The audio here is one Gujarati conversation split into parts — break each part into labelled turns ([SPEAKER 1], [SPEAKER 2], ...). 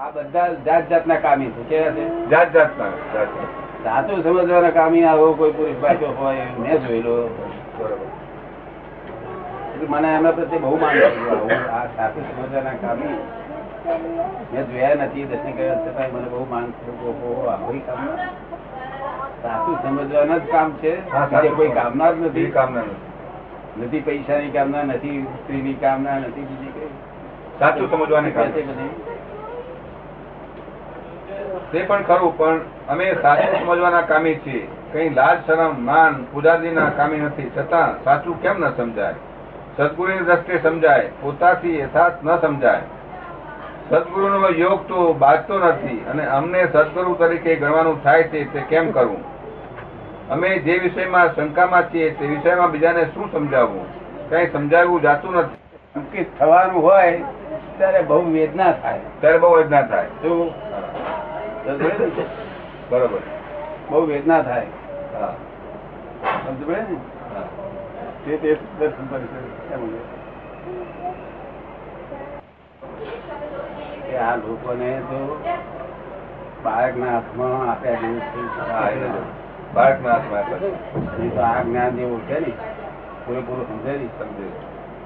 [SPEAKER 1] આ બધા જાત જાતના કામી છે કેવા છે
[SPEAKER 2] જાત જાતના જાત
[SPEAKER 1] સાચું સમજવાના કામી આવો કોઈ પુરુષ પાછો હોય એવું મેં જોયેલો
[SPEAKER 2] બરોબર
[SPEAKER 1] એટલે મને એમના પ્રત્યે બહુ માન છે. આવું આ સાચું સમજવાના કામી મેં જોયા નથી દર્શન કર્યા છતાં મને બહુ માન છે ઓહો, આવું ય કામ સાચું સમજવાના જ કામ છે
[SPEAKER 2] હા,
[SPEAKER 1] બીજે
[SPEAKER 2] સાચું.
[SPEAKER 1] કોઈ કામના જ
[SPEAKER 2] એ
[SPEAKER 1] નથી
[SPEAKER 2] કામના નથી.
[SPEAKER 1] નથી પૈસાની કામના નથી સ્ત્રીની કામના નથી બીજી કઈ
[SPEAKER 2] સાચું સમજવાની
[SPEAKER 1] કહે
[SPEAKER 2] કામના
[SPEAKER 1] છે કે નહીં?
[SPEAKER 2] તે પણ ખરું પણ અમે સાચું સમજવાના કામી છીએ કઈ લાજ શરમ માન પૂજારીના કામી નથી છતાં સાચું કેમ ન સમજાય સદગુરુની દ્રષ્ટિએ સમજાય પોતાથી યથાર્થ ન સમજાય સદગુરુનો યોગ તો બાજતો નથી અને અમને સદગુરુ તરીકે ગણવાનું થાય છે તે કેમ કરવું અમે જે વિષયમાં શંકામાં છીએ તે વિષયમાં બીજાને શું સમજાવવું કઈ સમજાવવું જાતું નથી
[SPEAKER 1] અંકિત થવાનું હોય ત્યારે બહુ વેદના થાય
[SPEAKER 2] ત્યારે બહુ જ ના થાય
[SPEAKER 1] શું?
[SPEAKER 2] હા,
[SPEAKER 1] સમજ પડી ને?
[SPEAKER 2] બરોબર
[SPEAKER 1] બહુ વેદના થાય
[SPEAKER 2] હા
[SPEAKER 1] સમજ પડે ને
[SPEAKER 2] હા
[SPEAKER 1] તે તે દર્શન પરિષદ એમ હોય. કે આ લોકોને તો બાળકના હાથમાં આપ્યા જેવું થઈ
[SPEAKER 2] હા,
[SPEAKER 1] શકે
[SPEAKER 2] એટલે જો.
[SPEAKER 1] નહીં.
[SPEAKER 2] બાળકના હાથમાં આપે.
[SPEAKER 1] એ તો આ જ્ઞાન જેવું છે ને પૂરેપૂરું સમજે ને
[SPEAKER 2] સમજે.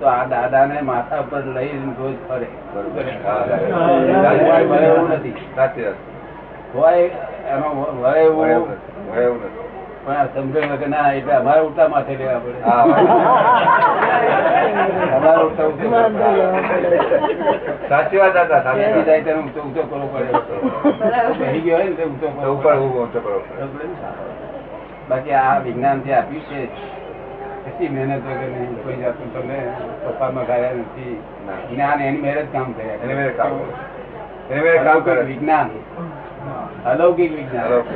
[SPEAKER 1] તો આ દાદાને માથા ઉપર લઈને રોજ ફરે
[SPEAKER 2] બરોબર. હા,
[SPEAKER 1] હોય વળે એવું નથી
[SPEAKER 2] સાચી વાત.
[SPEAKER 1] હોય એનો વળે એવું
[SPEAKER 2] વળે એવું નથી. વળે એવું નથી.
[SPEAKER 1] પણ આ સમજણ વગર ના એટલે અમારે ઉલટા માથે લેવા પડે
[SPEAKER 2] હા,
[SPEAKER 1] અમારે ઉલટા ઉલટા લેવા પડે.
[SPEAKER 2] સાચી વાત દાદા, સાચી
[SPEAKER 1] બીજી
[SPEAKER 2] વાત.
[SPEAKER 1] જાય ત્યારે ઊંચો ઊંચો કરવો પડે બેહી ગયો હોય ને તો ઊંચો
[SPEAKER 2] તો
[SPEAKER 1] કરવો
[SPEAKER 2] ઉપર
[SPEAKER 1] પડે.
[SPEAKER 2] ઊભો ઊંચો કરવો પડે.
[SPEAKER 1] બરોબર ને? બાકી આ વિજ્ઞાન જે આપ્યું છે કેટલી મહેનત વગર નહીં. કોઈ જાતનું તમને પપ્પામાં ગાયા નથી
[SPEAKER 2] ના.
[SPEAKER 1] જ્ઞાન એની મેરેજ કામ કર્યા કરે.
[SPEAKER 2] એની મેરે કામ કરે. એની મેરે કામ કરે.
[SPEAKER 1] અલૌકિક વિજ્ઞાન અલૌકિક વિજ્ઞાન
[SPEAKER 2] બરોબર.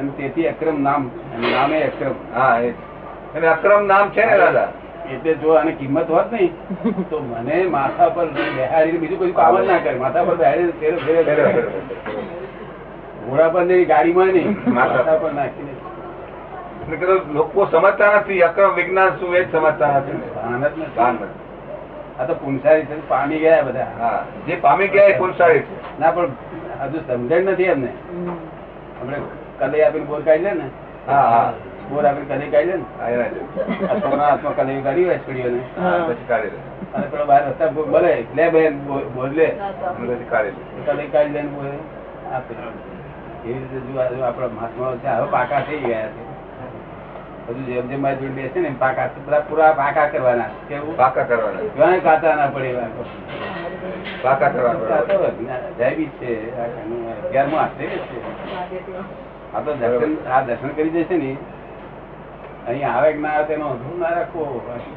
[SPEAKER 1] અને તેથી અક્રમ નામ અને નામે અક્રમ
[SPEAKER 2] હા, એ જ. એને અક્રમ નામ છે ને દાદા
[SPEAKER 1] એટલે જો આને કિંમત હોત નહીં તો મને માથા પર બેહાડીને બીજું કોઈ કામ જ ના કરે માથા પર બેહાડીને ફેરો ફેરો
[SPEAKER 2] બરોબર,
[SPEAKER 1] ફેરો.
[SPEAKER 2] બરોબર, બરોબર.
[SPEAKER 1] ઘોડા પર નહીં ગાડીમાં નહીં
[SPEAKER 2] માથા પર.
[SPEAKER 1] માથા પર નાખીને
[SPEAKER 2] એટલે કીધું, લોકો સમજતા નથી અક્રમ વિજ્ઞાન શું એ જ સમજતા નથી ને.
[SPEAKER 1] ભાન જ નથી.
[SPEAKER 2] ભાન નથી.
[SPEAKER 1] આ તો પુંસારી છે પામી ગયા બધા
[SPEAKER 2] હા જે પામી ગયા એ પુરુષારી છે
[SPEAKER 1] ના પણ હજુ સમજણ નથી એમને આપણે કલઈ આપીને બોર કાઢી લે ને
[SPEAKER 2] હા હા
[SPEAKER 1] બોર આપીને કલઈ કાઢી લે ને
[SPEAKER 2] હા, એના જેવું.
[SPEAKER 1] આ છોકરા હાથમાં કલઈ કાઢી હોય છોડીઓને
[SPEAKER 2] હા, પછી કાઢી લે
[SPEAKER 1] અને પેલો બહાર રસ્તા પર બોલે લે બેન બોલ- બોલ લે
[SPEAKER 2] અને પછી કાઢી લે
[SPEAKER 1] કલઈ કાઢી લઈને બોલે આપે એવી રીતે જો આ- આપણા મહાત્માઓ છે હવે પાકા થઈ ગયા છે હજુ જેમ જેમ મારી જોડે બેસે ને એમ પાકા બધા પૂરા પાકા કરવાના કેવું
[SPEAKER 2] પાકા કરવાના
[SPEAKER 1] ઘણા કાતા ના પડે એવા
[SPEAKER 2] પાકા કરવાના
[SPEAKER 1] કાતો
[SPEAKER 2] બરોબર.
[SPEAKER 1] અજ્ઞા- જૈવિક છે આ ઘરનું અગિયારમું આશ્ચર્ય છે આ તો દર્શન આ દર્શન કરી જશે ને અહીં આવે કે ના આવે તેનો અધૂર ના રાખો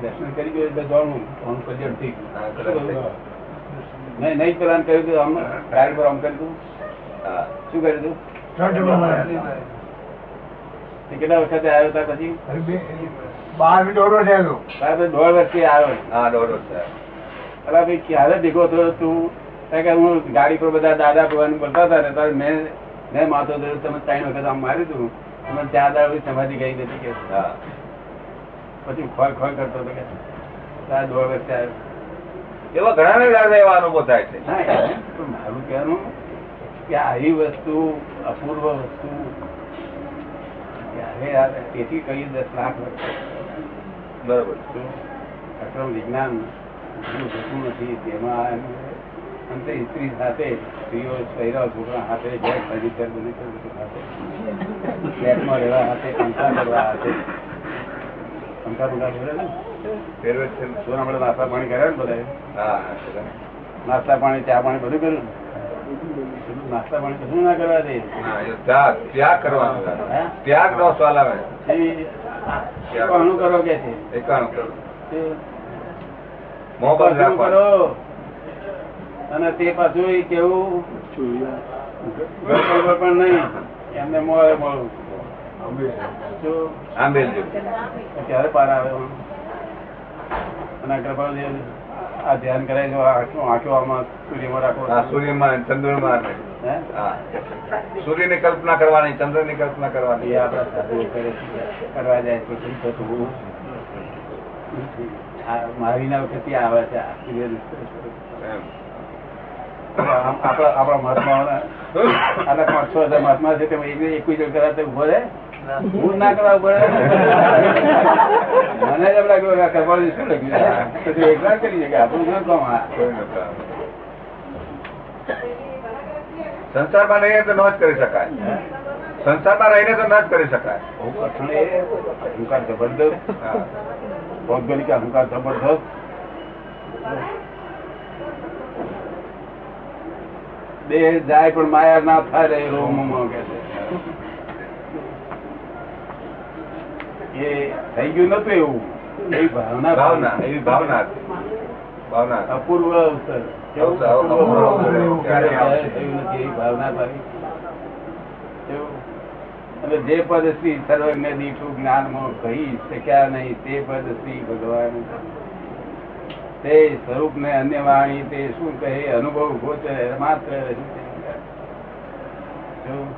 [SPEAKER 1] દર્શન કરી ગયો એટલે જાણવું ફોન કરી દેવું ઠીક.
[SPEAKER 2] હા, કલ્યાણ થઈ ગયું.
[SPEAKER 1] નહીં નહીં પેલા ને કહ્યું તું આમ ટાયર પર આમ કર્યું તું
[SPEAKER 2] હા.
[SPEAKER 1] શું કર્યું તું તે કેટલા વખતે આવ્યો હતા પછી
[SPEAKER 3] બાર મિનિટ ઓરો થયેલો
[SPEAKER 1] તારા પછી દોઢ વર્ષથી આવ્યો
[SPEAKER 2] હા, દોડો છે.
[SPEAKER 1] અલા ભાઈ ક્યારે ભેગો થયો તું કારણ કે હું ગાડી પર બધા દાદા ભગવાન બોલતા હતા ને ત્યારે મેં મેં માથો ધર્યો તમે ત્રણ વખત આમ માર્યું તું તમે ત્યાં દાડો સમાધિ ગઈ નથી કે
[SPEAKER 2] હા.
[SPEAKER 1] પછી ખોર ખોર કરતો હતો કે તારા દોઢ વર્ષે આવ્યો
[SPEAKER 2] એવા ઘણાને દાદા એવા અનુભવ થાય છે
[SPEAKER 1] ના, એમ પણ મારું કહેવાનું કે આવી વસ્તુ અપૂર્વ વસ્તુ ક્યારે આવે? તેથી કહી દસ લાખ વર્ષ
[SPEAKER 2] બરોબર
[SPEAKER 1] શું? અક્રમ વિજ્ઞાન ઘણું જતું નથી તેમાં એમ અંતે સ્ત્રી સાથે સ્ત્રીઓ છોકરા છોકરા સાથે બે ફર્નિચર બર્નિચર બધું સાથે ફ્લેટમાં રહેવા સાથે પંખા કરવા સાથે પંખા પંખા ફેરવે ને
[SPEAKER 2] ફેરવે છે ને?
[SPEAKER 1] શું આપણે નાસ્તા પાણી કર્યા ને બધા
[SPEAKER 2] હા હા, છે.
[SPEAKER 1] નાસ્તા પાણી ચા પાણી બધું કર્યું ને? નાસ્તા પાણી કશું ના કરવા દે
[SPEAKER 2] હા, એ ત્યાગ ત્યાગ કરવાનો દાદા. ત્યાગ નો સવાલ આવે
[SPEAKER 1] એ કોનું કરો કે છે
[SPEAKER 2] એકાણું કરો
[SPEAKER 1] તે
[SPEAKER 2] મોં
[SPEAKER 1] કોનું
[SPEAKER 2] બંધ રાખવાનો
[SPEAKER 1] કરો અને તે પાછું એ કેવું ગળગળ પણ નહીં એમને મોડે મોડું જો
[SPEAKER 2] આંબેલ જેવું.
[SPEAKER 1] ક્યારે પાર આવે એમ? અને કૃપાલ આ ધ્યાન કરાય જો આંખો આંખો આમાં સૂર્યમાં રાખો
[SPEAKER 2] હા સૂર્યમાં ચંદ્રમાં ને.
[SPEAKER 1] હે?
[SPEAKER 2] હા સૂર્યની કલ્પના કરવાની ચંદ્રની કલ્પના કરવાની
[SPEAKER 1] એ આપણા સાધુઓ કરે છે. કરવા જાય તો શું થતું? આ મારીના વખતે આવે છે આ સૂર્ય
[SPEAKER 2] એમ.
[SPEAKER 1] આપણા આપણા મહાત્માઓના આટલા પાંચ છ હજાર મહાત્મા છે તેમાં એકને એકવીસ જણ કદાચ ઉભો રહે હું ના કરવા ઉભો રહે મને જ એમ લાગ્યું કે આ કરવાળું શું લખ્યું છે? પછી એકલા જ કરી શકે આપણું શું કામ આ?
[SPEAKER 2] કોઈ નથી આવતું. સંસારમાં રહીને તો ન જ કરી શકાય સંસારમાં રહીને તો ન જ કરી શકાય
[SPEAKER 1] બહુ કઠણ એ અહંકાર જબરદસ્ત
[SPEAKER 2] હા.
[SPEAKER 1] ભૌગોલિક અહંકાર જબરદસ્ત દેહ જાય પણ માયા ના ફરે એ રોમ માં કે છે એ થઈ ગયું નતું એવું એવી ભાવના
[SPEAKER 2] ભાવના એવી ભાવના હતી. ભાવના હતી.
[SPEAKER 1] અપૂર્વ અવસર કેવું
[SPEAKER 2] અવસર,
[SPEAKER 1] અપૂર્વ અવસર
[SPEAKER 2] અપૂર્વ
[SPEAKER 1] એવું
[SPEAKER 2] ક્યારે
[SPEAKER 1] કાર્ય
[SPEAKER 2] આવશે?
[SPEAKER 1] થયું નથી એવી ભાવના ભાવી એવું. અને જે પદ શ્રી સર્વજ્ઞ દીઠું જ્ઞાનમાં કહી શક્યા નહીં તે પદ શ્રી ભગવાન તે સ્વરૂપ ને અન્ય વાણી તે શું કહે અનુભવ ગોચર માત્ર રજૂ થઈ. એવું.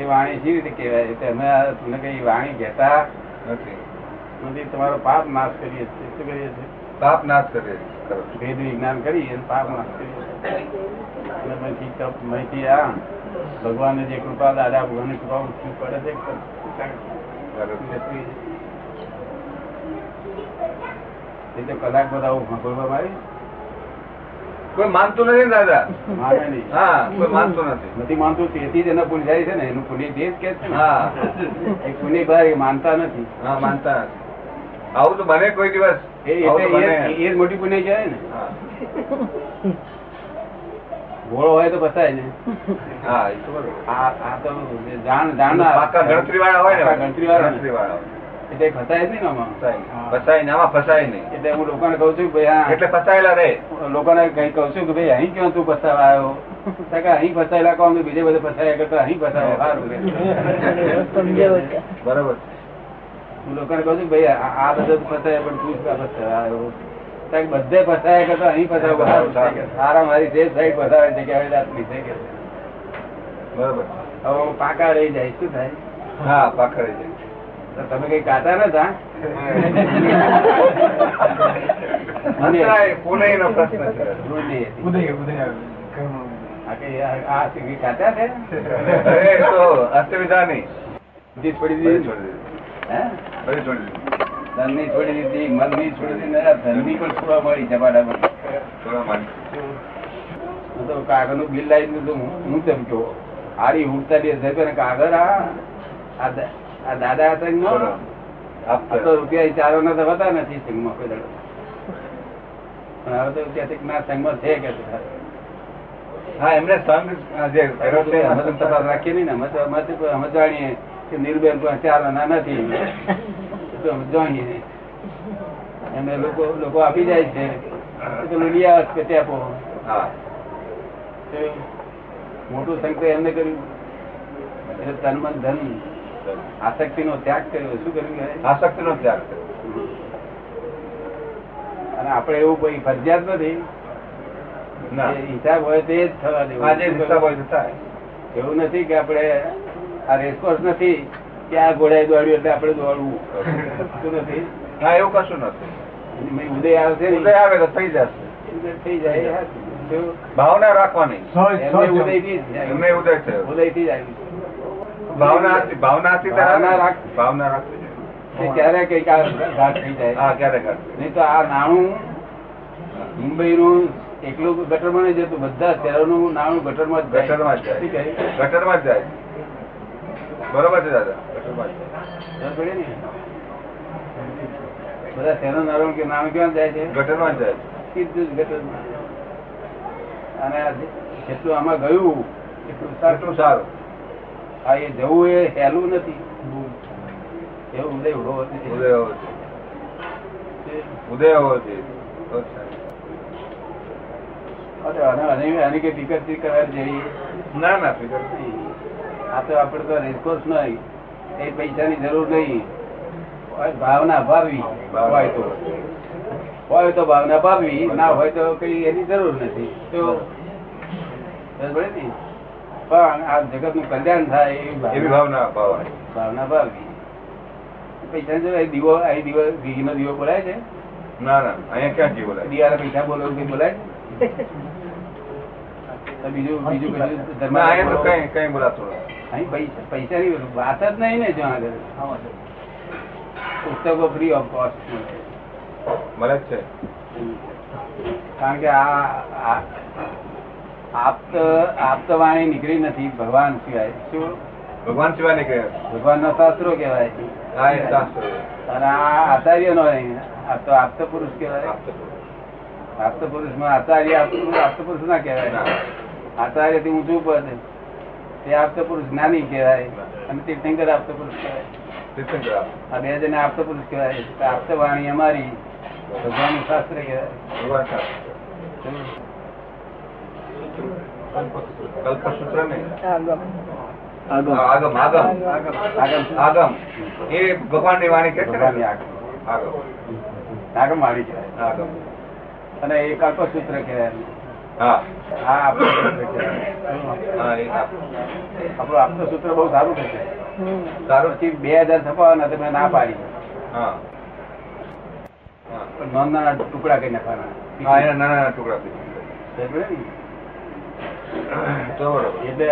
[SPEAKER 1] એ વાણી શી રીતે કહેવાય તમે આ તમને કઈ વાણી કહેતા
[SPEAKER 2] નથી
[SPEAKER 1] નથી તમારો પાપ નાશ કરીએ છીએ શું કરીએ છીએ
[SPEAKER 2] પાપ નાશ કરીએ કરો છો.
[SPEAKER 1] ભેદ વિજ્ઞાન કરી અને પાપ નાશ કરી અને પછી તપ માહિતી આમ ભગવાન જે કૃપા દાદા ભગવાનની કૃપા ઉઠવી પડે છે
[SPEAKER 2] બરાબર.
[SPEAKER 1] એ તો કલાક બધા આવું સાંભળવામાં
[SPEAKER 2] કોઈ માનતું નથી ને દાદા
[SPEAKER 1] આવી માને નહીં
[SPEAKER 2] હા કોઈ માનતું નથી
[SPEAKER 1] નથી માનતું તેથી જ એના પુણ્ય જાય છે ને એનું પુણ્ય દેશ કે છે ને
[SPEAKER 2] હા
[SPEAKER 1] એ પુણ્ય બહાર એ માનતા નથી
[SPEAKER 2] હા માનતા નથી આવું તો બને કોઈ દિવસ
[SPEAKER 1] એ
[SPEAKER 2] આવું તો
[SPEAKER 1] એટલે એ
[SPEAKER 2] બને
[SPEAKER 1] જ- એ જ મોટી પુણ્ય કહેવાય ને
[SPEAKER 2] હા.
[SPEAKER 1] ઘોડો હોય તો બસાય ને
[SPEAKER 2] હા એ તો બરોબર
[SPEAKER 1] આ આ તો જે જાણ જાણનાર
[SPEAKER 2] પાકા ગણતરીવાળા હોય ને
[SPEAKER 1] પાકા ગણતરીવાળા ને.
[SPEAKER 2] ગણતરીવાળા
[SPEAKER 1] એટલે ફસાય જ નહીં ને આમાં.
[SPEAKER 2] હોય. ફસાય નહીં આમાં ફસાય નહીં
[SPEAKER 1] એટલે હું લોકોને કહું છું કે ભાઈ હા,
[SPEAKER 2] એટલે ફસાયેલા રહે
[SPEAKER 1] લોકોને કઈ કહું છું કે ભાઈ અહીં ક્યાં તું ફસાવા આવ્યો તો કે અહીં ફસાયેલા કહો બીજે બધે ફસાયા કરતા અહીં ફસાવો સારું કે.
[SPEAKER 2] બરાબર
[SPEAKER 1] હું લોકોને કહું છું કે ભાઈ આ આ બધે તું ફસાયા પણ તું જ ક્યાં ફસાવા આવ્યો તો કે બધે ફસાયા કરતા અહીં ફસાવો સારું છે. સારા મારી જે સાઈડ ફસાવે છે કે હવે રાતની છે કે
[SPEAKER 2] બરાબર
[SPEAKER 1] હવે હું પાકા રહી જાય શું થાય
[SPEAKER 2] હા પાકડી જાય
[SPEAKER 1] તો તમે કઈ કાતા નતા
[SPEAKER 2] અંતરાય પુનઃનો પ્રશ્ન છે
[SPEAKER 1] રૂઢી હતી.
[SPEAKER 3] ઉદય ઉદય કર્મ
[SPEAKER 1] આ કઈ આ આ સિંગી કાતા છે
[SPEAKER 2] અરે એ તો અષ્ટવિધાની
[SPEAKER 1] બુદ્ધિ છોડી
[SPEAKER 2] ફરી
[SPEAKER 1] દીધી
[SPEAKER 2] છોડી દીધી.
[SPEAKER 1] હે
[SPEAKER 2] ફરી છોડી દીધી.
[SPEAKER 1] ધનની છોડી દીધી મનની છોડી દીધી અને આ ધનની પણ છોડવા મળી ઝપાટામાં.
[SPEAKER 2] થોડા માંડી.
[SPEAKER 1] હું તો કાગળનું બિલ લાવી દીધું હું હું ચમક્યો હારી ઉડતા બે હજાર રૂપિયાના કાગળ આ આ દા- આ દાદા હતા ને નો?
[SPEAKER 2] બોલો.
[SPEAKER 1] આ
[SPEAKER 2] આપતા.
[SPEAKER 1] તો રૂપિયા એ ચારો ના તો હોતા નથી સંઘમાં કોઈ દાડો. પણ હવે તો ક્યાંથી ના સંઘમાં છે કે છે.
[SPEAKER 2] હા એમને સંઘ આ જે
[SPEAKER 1] હવે
[SPEAKER 2] કર્યો
[SPEAKER 1] તો
[SPEAKER 2] છે,
[SPEAKER 1] અમે તો તપાસ રાખીએ નહીં ને અમે તો અમે તો અમે જાણીએ કે નીલબેન પણ ચારો ના નથી એ તો અમે જાણીએ એમને લોકો લોકો આપી જાય છે એ પેલું લઈ આવે છે કે ત્યાં પહોંચો.
[SPEAKER 2] હા
[SPEAKER 1] તે મોટું સંકટ એમને કર્યું એટલે તન મન ધન આસક્તિ નો ત્યાગ કર્યો શું કર્યું કહેવાય?
[SPEAKER 2] આસક્તિનો ત્યાગ કર્યો.
[SPEAKER 1] અને આપણે એવું કોઈ ફરજિયાત નથી
[SPEAKER 2] ના
[SPEAKER 1] જે હિસાબ હોય તે જ થવા દેવો.
[SPEAKER 2] આજે હિસાબ હોય તો થાય.
[SPEAKER 1] એવું નથી કે આપણે આ રેસકોર્સ નથી કે આ ઘોડાએ દોડ્યું એટલે આપણે દોડવું શું નથી
[SPEAKER 2] હા એવું કશું નથી
[SPEAKER 1] અને મેં ઉદય આવશે ને,
[SPEAKER 2] ઉદય આવે તો થઈ જશે
[SPEAKER 1] ઉદય થઈ જાય હા. તો
[SPEAKER 2] ભાવના રાખવાની
[SPEAKER 3] સહજ
[SPEAKER 1] એમને
[SPEAKER 3] સહજ
[SPEAKER 1] ઉદય થી જ આવ્યું.
[SPEAKER 2] એમને ઉદય થયો
[SPEAKER 1] ઉદય થી જ આવ્યું.
[SPEAKER 2] ભાવના હતી ભાવના હતી ત્યારે
[SPEAKER 1] ભાવના રાખ-
[SPEAKER 2] ભાવના રાખવી જોઈએ.
[SPEAKER 1] કે ક્યારે કઈક આ ઘાટ થઈ જાય
[SPEAKER 2] હા ક્યારેક હતી.
[SPEAKER 1] નહીં તો આ નાણું મુંબઈ નું એકલું ગટરમાં નહીં જતું બધા શહેરોનું નાણું ગટરમાં જ જાય.
[SPEAKER 2] ગટરમાં જ જાય.
[SPEAKER 1] શું કહે?
[SPEAKER 2] ગટરમાં જ જાય બરોબર છે દાદા ગટરમાં જ જાય.
[SPEAKER 1] ખબર પડી ને? બધા શહેરોનું નાણું કે નાણું ક્યાં જાય છે
[SPEAKER 2] ગટરમાં જ જાય
[SPEAKER 1] સીધું જ ગટરમાં અને આ જે- જેટલું આમાં ગયું એટલું
[SPEAKER 2] એટલું
[SPEAKER 1] સારું
[SPEAKER 2] સારું
[SPEAKER 1] આ એ જવું એ સહેલું નથી એવું ઉદય હોવો જોઈએ.
[SPEAKER 2] ઉદય હોવો જોઈએ. ઉદય હોવો જોઈએ. તો જ સારું.
[SPEAKER 1] અરે, અને- અને આની કઈ દિક્કત કરવાની જેવી
[SPEAKER 2] ના ના ફિકર નહીં.
[SPEAKER 1] આ તો આપણે તો રેસકોર્સ નહીં એ પૈસાની જરૂર નહીં હોય ભાવના ભાવવી હોય તો હોય તો ભાવના ભાવવી ના હોય તો કઈ એની જરૂર નથી તો સમજ પડી ને? પણ આ જગત નું કલ્યાણ થાય એવી
[SPEAKER 2] એવી
[SPEAKER 1] ભાવના-
[SPEAKER 2] ભાવના ભાવવાની
[SPEAKER 1] ભાવના ભાવવી પૈસા જો દીવો અહીં દીવો ઘીનો દીવો બોલાય છે
[SPEAKER 2] ના ના અહીંયા ક્યાં જીવો લાગે
[SPEAKER 1] દિવાળા પૈસા બોલો કઈ બોલાય છે તો બીજું બીજું કશું ધર્મ
[SPEAKER 2] ના, એ તો કઈ કઈ બોલાતું નથી.
[SPEAKER 1] અહીં પૈસા પૈસાની વાત જ નહીં ને જો આગળ પુસ્તકો ફ્રી ઓફ કોસ્ટ મળે
[SPEAKER 2] મળે જ છે
[SPEAKER 1] કારણ કે આ આ- આપ્ત આપ્ત વાણી નીકળી નથી ભગવાન સિવાય શું
[SPEAKER 2] ભગવાન સિવાય નહીં કહે
[SPEAKER 1] ભગવાન ના શાસ્ત્રો કહેવાય
[SPEAKER 2] હા એ શાસ્ત્ર
[SPEAKER 1] અને આ આચાર્ય નો આ તો આપ્ત પુરુષ કહેવાય
[SPEAKER 2] શાસ્ત્ર.
[SPEAKER 1] આપ્ત પુરુષ માં આચાર્ય આપ્ત- આપ્ત પુરુષ ના કહેવાય
[SPEAKER 2] ના.
[SPEAKER 1] આચાર્ય થી ઊંચું પદ તે આપતો પુરુષ જ્ઞાની કહેવાય અને તીર્થંકર આપતો પુરુષ કહેવાય
[SPEAKER 2] તીર્થંકર આપે.
[SPEAKER 1] આ બે જણ આપતો પુરુષ કહેવાય તો આપતો વાણી અમારી ભગવાનનું શાસ્ત્ર કહેવાય
[SPEAKER 2] ભગવાન શાસ્ત્ર કલ્પસૂત્ર નહીં આગમ આગમ
[SPEAKER 1] આગમ
[SPEAKER 2] આગમ એ ભગવાનની વાણી કહે છે
[SPEAKER 1] ભગવાનની
[SPEAKER 2] ને?
[SPEAKER 1] આગમ
[SPEAKER 2] આગમ
[SPEAKER 1] આગમ વાણી કહેવાય
[SPEAKER 2] આગમ
[SPEAKER 1] અને એ કલ્પસૂત્ર કહેવાય
[SPEAKER 2] હા
[SPEAKER 1] આ આપતો સૂત્ર કહેવાય
[SPEAKER 2] હા, એ આપ.
[SPEAKER 1] આપણું આપતો સૂત્ર બહુ સારું થશે
[SPEAKER 2] સારું
[SPEAKER 1] પછી બે હજાર છપાવાના તમે ના પાડી
[SPEAKER 2] હા હા.
[SPEAKER 1] પણ નાના ટુકડા કરી
[SPEAKER 2] હા
[SPEAKER 1] નાખવાના
[SPEAKER 2] એના નાના નાના ટુકડા થઈ
[SPEAKER 1] સમજ્યો ને?
[SPEAKER 2] ગયા. તો બરોબર
[SPEAKER 1] એટલે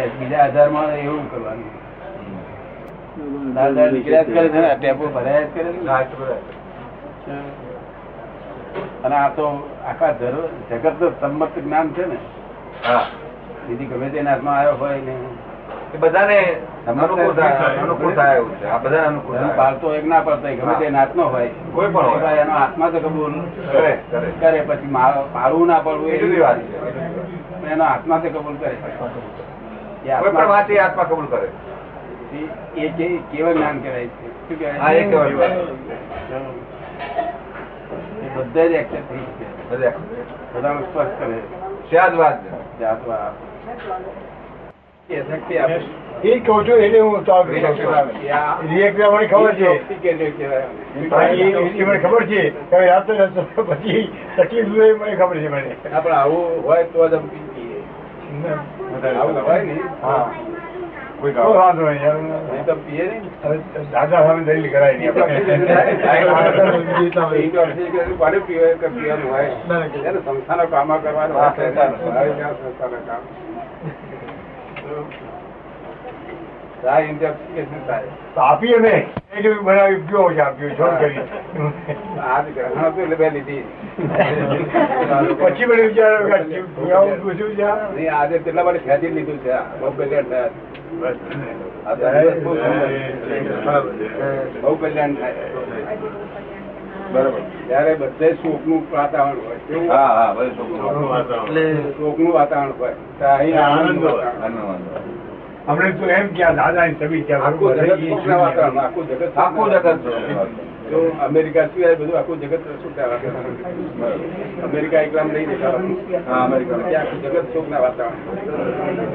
[SPEAKER 1] એ બીજા આધારમાં એવું કરવાનું દાદા નીકળ્યા જ કરે છે ને ટેપો ભરાયા જ કરે છે ને.
[SPEAKER 2] હા, એ તો બરાબર.
[SPEAKER 1] અને આ તો આખા ધરો- જગતનો સંમત જ્ઞાન છે ને
[SPEAKER 2] હા
[SPEAKER 1] બીજી ગમે તેના હાથમાં આવ્યો હોય ને
[SPEAKER 2] એ બધાને અનુકૂળ થાય અનુકૂળ થાય એવું છે આ બધાને અનુકૂળ
[SPEAKER 1] ધર્મ
[SPEAKER 2] થાય
[SPEAKER 1] પાળતો હોય કે ના પાળતો હોય ગમે તે નાતનો હોય
[SPEAKER 2] કોઈ પણ હોય.
[SPEAKER 1] એ ભાઈ એનો હાથમાં તો કબૂલ
[SPEAKER 2] કરે કરે
[SPEAKER 1] કરે પછી મારો- પાળવું ના પાળવું
[SPEAKER 2] એ જુદી વાત છે એ જુદી વાત છે.
[SPEAKER 1] પણ એનો હાથમાં તો કબૂલ કરે એ
[SPEAKER 2] કોઈ પણ
[SPEAKER 1] હાથમાં-
[SPEAKER 2] વાત એ આત્મા કબૂલ કરે
[SPEAKER 1] એ કે- કેવળ જ્ઞાન કહેવાય છે શું
[SPEAKER 2] આ
[SPEAKER 1] કહેવાય
[SPEAKER 2] એક એવી વાત છે.
[SPEAKER 1] એ બધે જ accept થઈ છે
[SPEAKER 2] બધા
[SPEAKER 1] બધાને સ્પર્શ કરે છે.
[SPEAKER 2] સ્યાદ વાત છે
[SPEAKER 1] જાતવા એ શક્તિ આપે છે.
[SPEAKER 3] એ કહું છું એટલે હું તો
[SPEAKER 2] React આવે.
[SPEAKER 3] રિએક્ટ મને ખબર છે
[SPEAKER 1] Sophisticated
[SPEAKER 3] પણ એ-
[SPEAKER 1] કહેવાય.
[SPEAKER 3] એ મને ખબર છે કે હવે રાત ને રાત પછી તકલીફ શું એ મને ખબર છે મને
[SPEAKER 1] ના, પણ આવું હોય તો જ અમે પીએ.
[SPEAKER 3] વધારે
[SPEAKER 1] આવું હોય ને
[SPEAKER 3] હા
[SPEAKER 2] કોઈ
[SPEAKER 3] કોઈ
[SPEAKER 2] ગાળો.
[SPEAKER 3] વાંધો નહીં હવે-
[SPEAKER 1] નહીં તો પીએ નહીં
[SPEAKER 3] હવે દાદા સામે દલીલ કરાય
[SPEAKER 1] એ
[SPEAKER 3] નહીં આપણે.
[SPEAKER 1] તો અડધી કલાક પાણી પીવાય કે પીવાનું હોય.
[SPEAKER 3] ના, ના.
[SPEAKER 1] ત્યારે સંસ્થાના કામમાં કરવાનું હોય.
[SPEAKER 2] હા, સંસ્થાનું.
[SPEAKER 1] હવે ક્યાં સંસ્થાના કામ? તો આ intoxication થાય.
[SPEAKER 3] તો આપીએ ને એ કે બનાવી ગયો છે આપ્યું છોડ કરી
[SPEAKER 1] આ જ ગ્રહણ હતું એટલે બે લીધી.
[SPEAKER 3] પછી મને વિચાર આવ્યો કે આ જીવ પૂછ્યું છે આ?
[SPEAKER 1] નહીં, આજે કેટલા માટે ખેંચી લીધું છે આ. બહુ કલ્યાણ થાય આ તો બહુ
[SPEAKER 3] જય જય
[SPEAKER 1] સુંદર. બહુ કલ્યાણ થાય
[SPEAKER 2] બરાબર
[SPEAKER 1] ત્યારે બધે શોકનું વાતાવરણ હોય કેવું
[SPEAKER 2] હા હા બધું છોકરો
[SPEAKER 1] એટલે શોકનું વાતાવરણ હોય તો અહીં આનંદ વાતાવરણ.
[SPEAKER 2] આનો વાંધો.
[SPEAKER 3] અમને તો એમ કે આ દાદાની છબી ક્યાં
[SPEAKER 1] આખું
[SPEAKER 3] બરોબર
[SPEAKER 1] જગત
[SPEAKER 3] થઈ
[SPEAKER 1] શોકના વાતાવરણ આખું જગત
[SPEAKER 2] આખું જગત
[SPEAKER 1] જો અમેરિકા સિવાય બધું આખું જગત શોકના વાતાવરણ અમેરિકા એકલામ નહીં દેખાવાનું
[SPEAKER 2] હા, અમેરિકા.
[SPEAKER 1] ત્યાં આખું જગત શોકના વાતાવરણ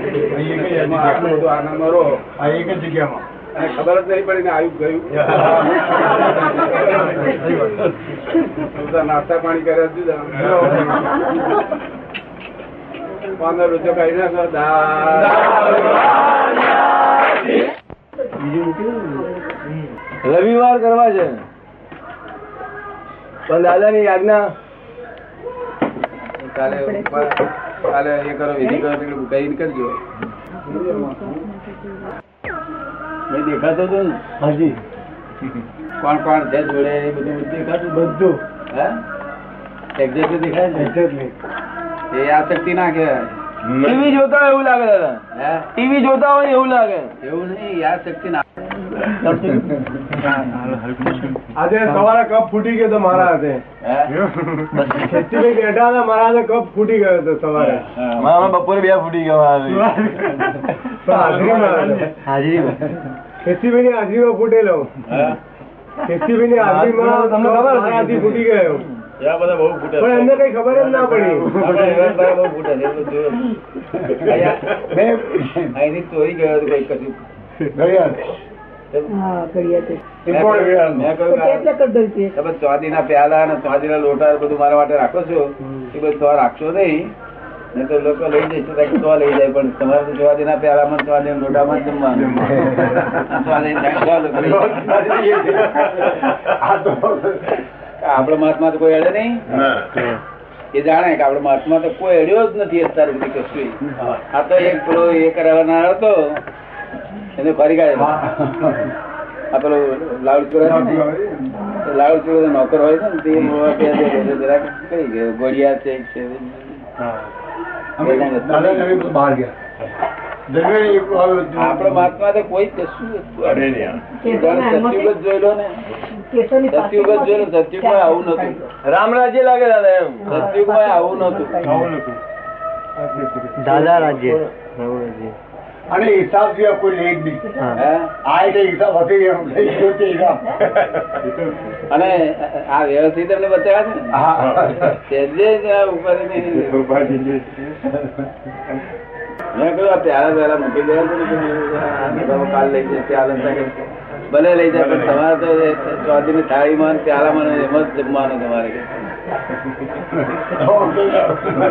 [SPEAKER 3] અહીંયા કઈ
[SPEAKER 1] આટલો બધો આનંદમાં રહો
[SPEAKER 3] આ એક જ જગ્યામાં
[SPEAKER 1] અને ખબર જ નહીં પડી ને આવ્યું ગયું તું તો નાસ્તા પાણી કરે જ જુદા પંદર રૂપિયા કઈ ના કરો
[SPEAKER 4] રવિવાર કરવા છે પણ દાદાની આજ્ઞા
[SPEAKER 1] કાલે કાલે એ કરો વિધિ કરો પેલું કઈ કરજો
[SPEAKER 4] મેં દેખાતો હતો ને હાજી
[SPEAKER 1] કોણ કોણ છે જોડે એ બધું
[SPEAKER 4] દેખાતું બધું
[SPEAKER 1] હે Exact જ દેખાય ને? એ આ શક્તિ ના કહેવાય
[SPEAKER 4] ટીવી જોતા હોય એવું લાગે દાદા
[SPEAKER 1] હે
[SPEAKER 4] ટીવી જોતા હોય એવું લાગે
[SPEAKER 1] એવું નહીં આ શક્તિ ના
[SPEAKER 3] આજે સવારે કપ ફૂટી ગયો તો મારા હાથે
[SPEAKER 1] હે?
[SPEAKER 3] ખેતી બેઠા હતા મારા હાથે કપ ફૂટી ગયો હતો સવારે
[SPEAKER 4] મારા બપોરે બે ફૂટી ગયા
[SPEAKER 3] ખેતીભાઈ
[SPEAKER 4] હાજરી
[SPEAKER 3] ની હાજરીમાં ફૂટેલો ખેતીભાઈ ની હાજરીમાં
[SPEAKER 4] તમને ખબર હશે.
[SPEAKER 3] હાથી ફૂટી ગયો પણ એમને કઈ ખબર જ ના પડી
[SPEAKER 4] અહીંથી ચોરી ગયો કઈ કશું
[SPEAKER 3] એ કોણ વેણ?
[SPEAKER 4] મેં કહ્યું કે આ- તમે ચાંદી ના પ્યાલા અને ચાંદી ના લોટા ને બધું મારા માટે રાખો છો એ બધું તો રાખશો નહીં નહીં તો લોકો લઈ જશે તો તો લઈ જાય પણ તમારે તો ચાંદી ના પ્યાલામાં ચાંદી ના લોટામાં જ જમવાનું આ ચાંદી ના પ્યાલા લોકો લઈ જાય. આપણા માથમાં તો કોઈ અડે નહીં
[SPEAKER 1] એ જાણે કે આપડે મહાત્મા તો કોઈ અડ્યો જ નથી અત્યાર સુધી કશું આ તો એક પેલો એ કરાવનાર હતો એને ફરી કાઢ્યો આ પેલો લાઉડ ચોર હતો ને, તો લાઉડ ચોર નો નોકર હોય છે ને તે મોવા બે બે બે બે જરાક કઈ ગયો ગોળિયા છે એક છે આપડે મહાત્મા તો કોઈ કશું
[SPEAKER 4] અરે નહીં.
[SPEAKER 1] સત્યુગ જ જોયેલો ને સત્યુગ જ જોયેલો સત્યુગમાં આવું નતું રામ રાજ્ય લાગે દાદા એમ સત્યુગમાં આવું નતું
[SPEAKER 4] આવું નતું.
[SPEAKER 5] દાદા રાજ્ય
[SPEAKER 3] અને હિસાબ સિવાય કોઈ લે જ નહીં
[SPEAKER 1] હે?
[SPEAKER 3] આ એટલે હિસાબ હતો એ એમ લઈ ગયો તે હિસાબ.
[SPEAKER 1] અને આ વ્યવસ્થિત તમને બતાવ્યા છે ને
[SPEAKER 3] હા.
[SPEAKER 1] સહેજે જ આ ઉપાધિની- મેં કહ્યું આ પ્યાલા પ્યાલા મૂકી દેવા છે ને કે આ બધા કાલ લઈ જાય પ્યાલા ને ત્યાં કે ભલે લઈ જાય પણ તમારે તો એ ચોથીની થાળીમાં ને પ્યાલામાં ને એમ જ જમવાનું તમારે કે.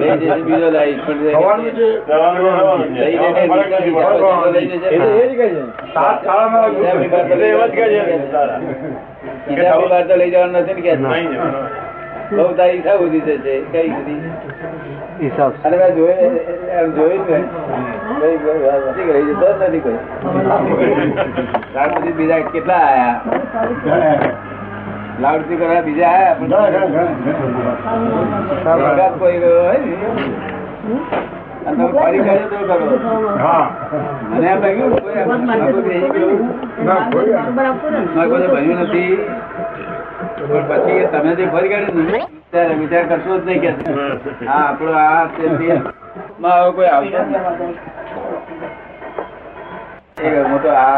[SPEAKER 1] લઈ જશે બીજો લાવીશ પણ લઈ
[SPEAKER 3] સવારનું
[SPEAKER 1] જશે.
[SPEAKER 3] જે
[SPEAKER 4] સવારનું ખાવાનું છે.
[SPEAKER 1] લઈ જશે
[SPEAKER 4] આમાં ફરક
[SPEAKER 1] બીજો
[SPEAKER 4] નથી
[SPEAKER 1] લઈ
[SPEAKER 4] પડતો.
[SPEAKER 1] જશે.
[SPEAKER 3] સાત શાળામાં
[SPEAKER 1] બીજા
[SPEAKER 3] આવ્યું.
[SPEAKER 1] બધી
[SPEAKER 4] એટલે એમ જ કહે છે કે સારા.
[SPEAKER 1] બીજા બધી વાર તો લઈ જવાનું નથી ને કે
[SPEAKER 4] નહીં જવાનું.
[SPEAKER 1] બહુ તારીખ થાય ઉધી જશે કઈ સુધી
[SPEAKER 5] હિસાબ
[SPEAKER 1] અને મેં જોયું એમ જોયું ને કઈ કોઈ વાત નથી કરી, જતો જ નથી કોઈ ત્યાર પછી બીજા કેટલા આયા લાઉડ સ્પીકર બીજા આયા
[SPEAKER 3] ઘણા, ઘણા,
[SPEAKER 1] પણ
[SPEAKER 3] ઘણા,
[SPEAKER 1] એકાદ કોઈ ગયો હોય ને. અને તમે ફરી કાઢો તો કરો.
[SPEAKER 3] ઘણા. હા.
[SPEAKER 1] મને એમ લાગ્યું કે કોઈ આમ આખું બેસી ગયું. મારે કોઈને ભણ્યું નથી પણ પછી એ તમે જે ફરી કાઢ્યું ને ત્યારે વિચાર કરશો જ નહીં કે હા આપણો આ તે તે. માં હવે કોઈ આવશે જ નહીં. એ મોટો આ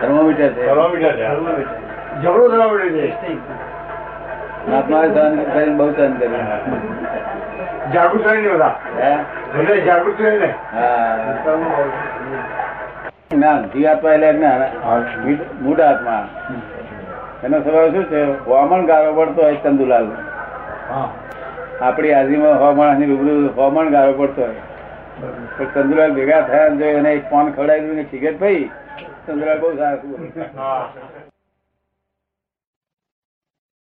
[SPEAKER 1] thermometer છે
[SPEAKER 4] થર્મોમીટર છે આ.
[SPEAKER 3] ઝઘડો થવા માંડ્યો છે.
[SPEAKER 1] મહાત્માએ સહન કરીને બહુ સહન કર્યું
[SPEAKER 3] જાગૃત થાય ને બધા
[SPEAKER 1] હે?
[SPEAKER 3] બધા જાગૃત થાય ને
[SPEAKER 1] હા. જ્ઞાન જીવાત્મા એટલે જ્ઞાન મૂળ- મૂળ આત્મા એનો સ્વભાવ શું છે હોમણ ગારો પડતો હોય ચંદુલાલ આપણી હાજરીમાં હોમણ અહીં રૂબરૂ હોમણ ગારો પડતો હોય પણ ચંદુલાલ ભેગા થયા ને જો એને એક પાન ખવડાવી દીધું ને સિગરેટ ભાઈ ચંદુલાલ બહુ સારું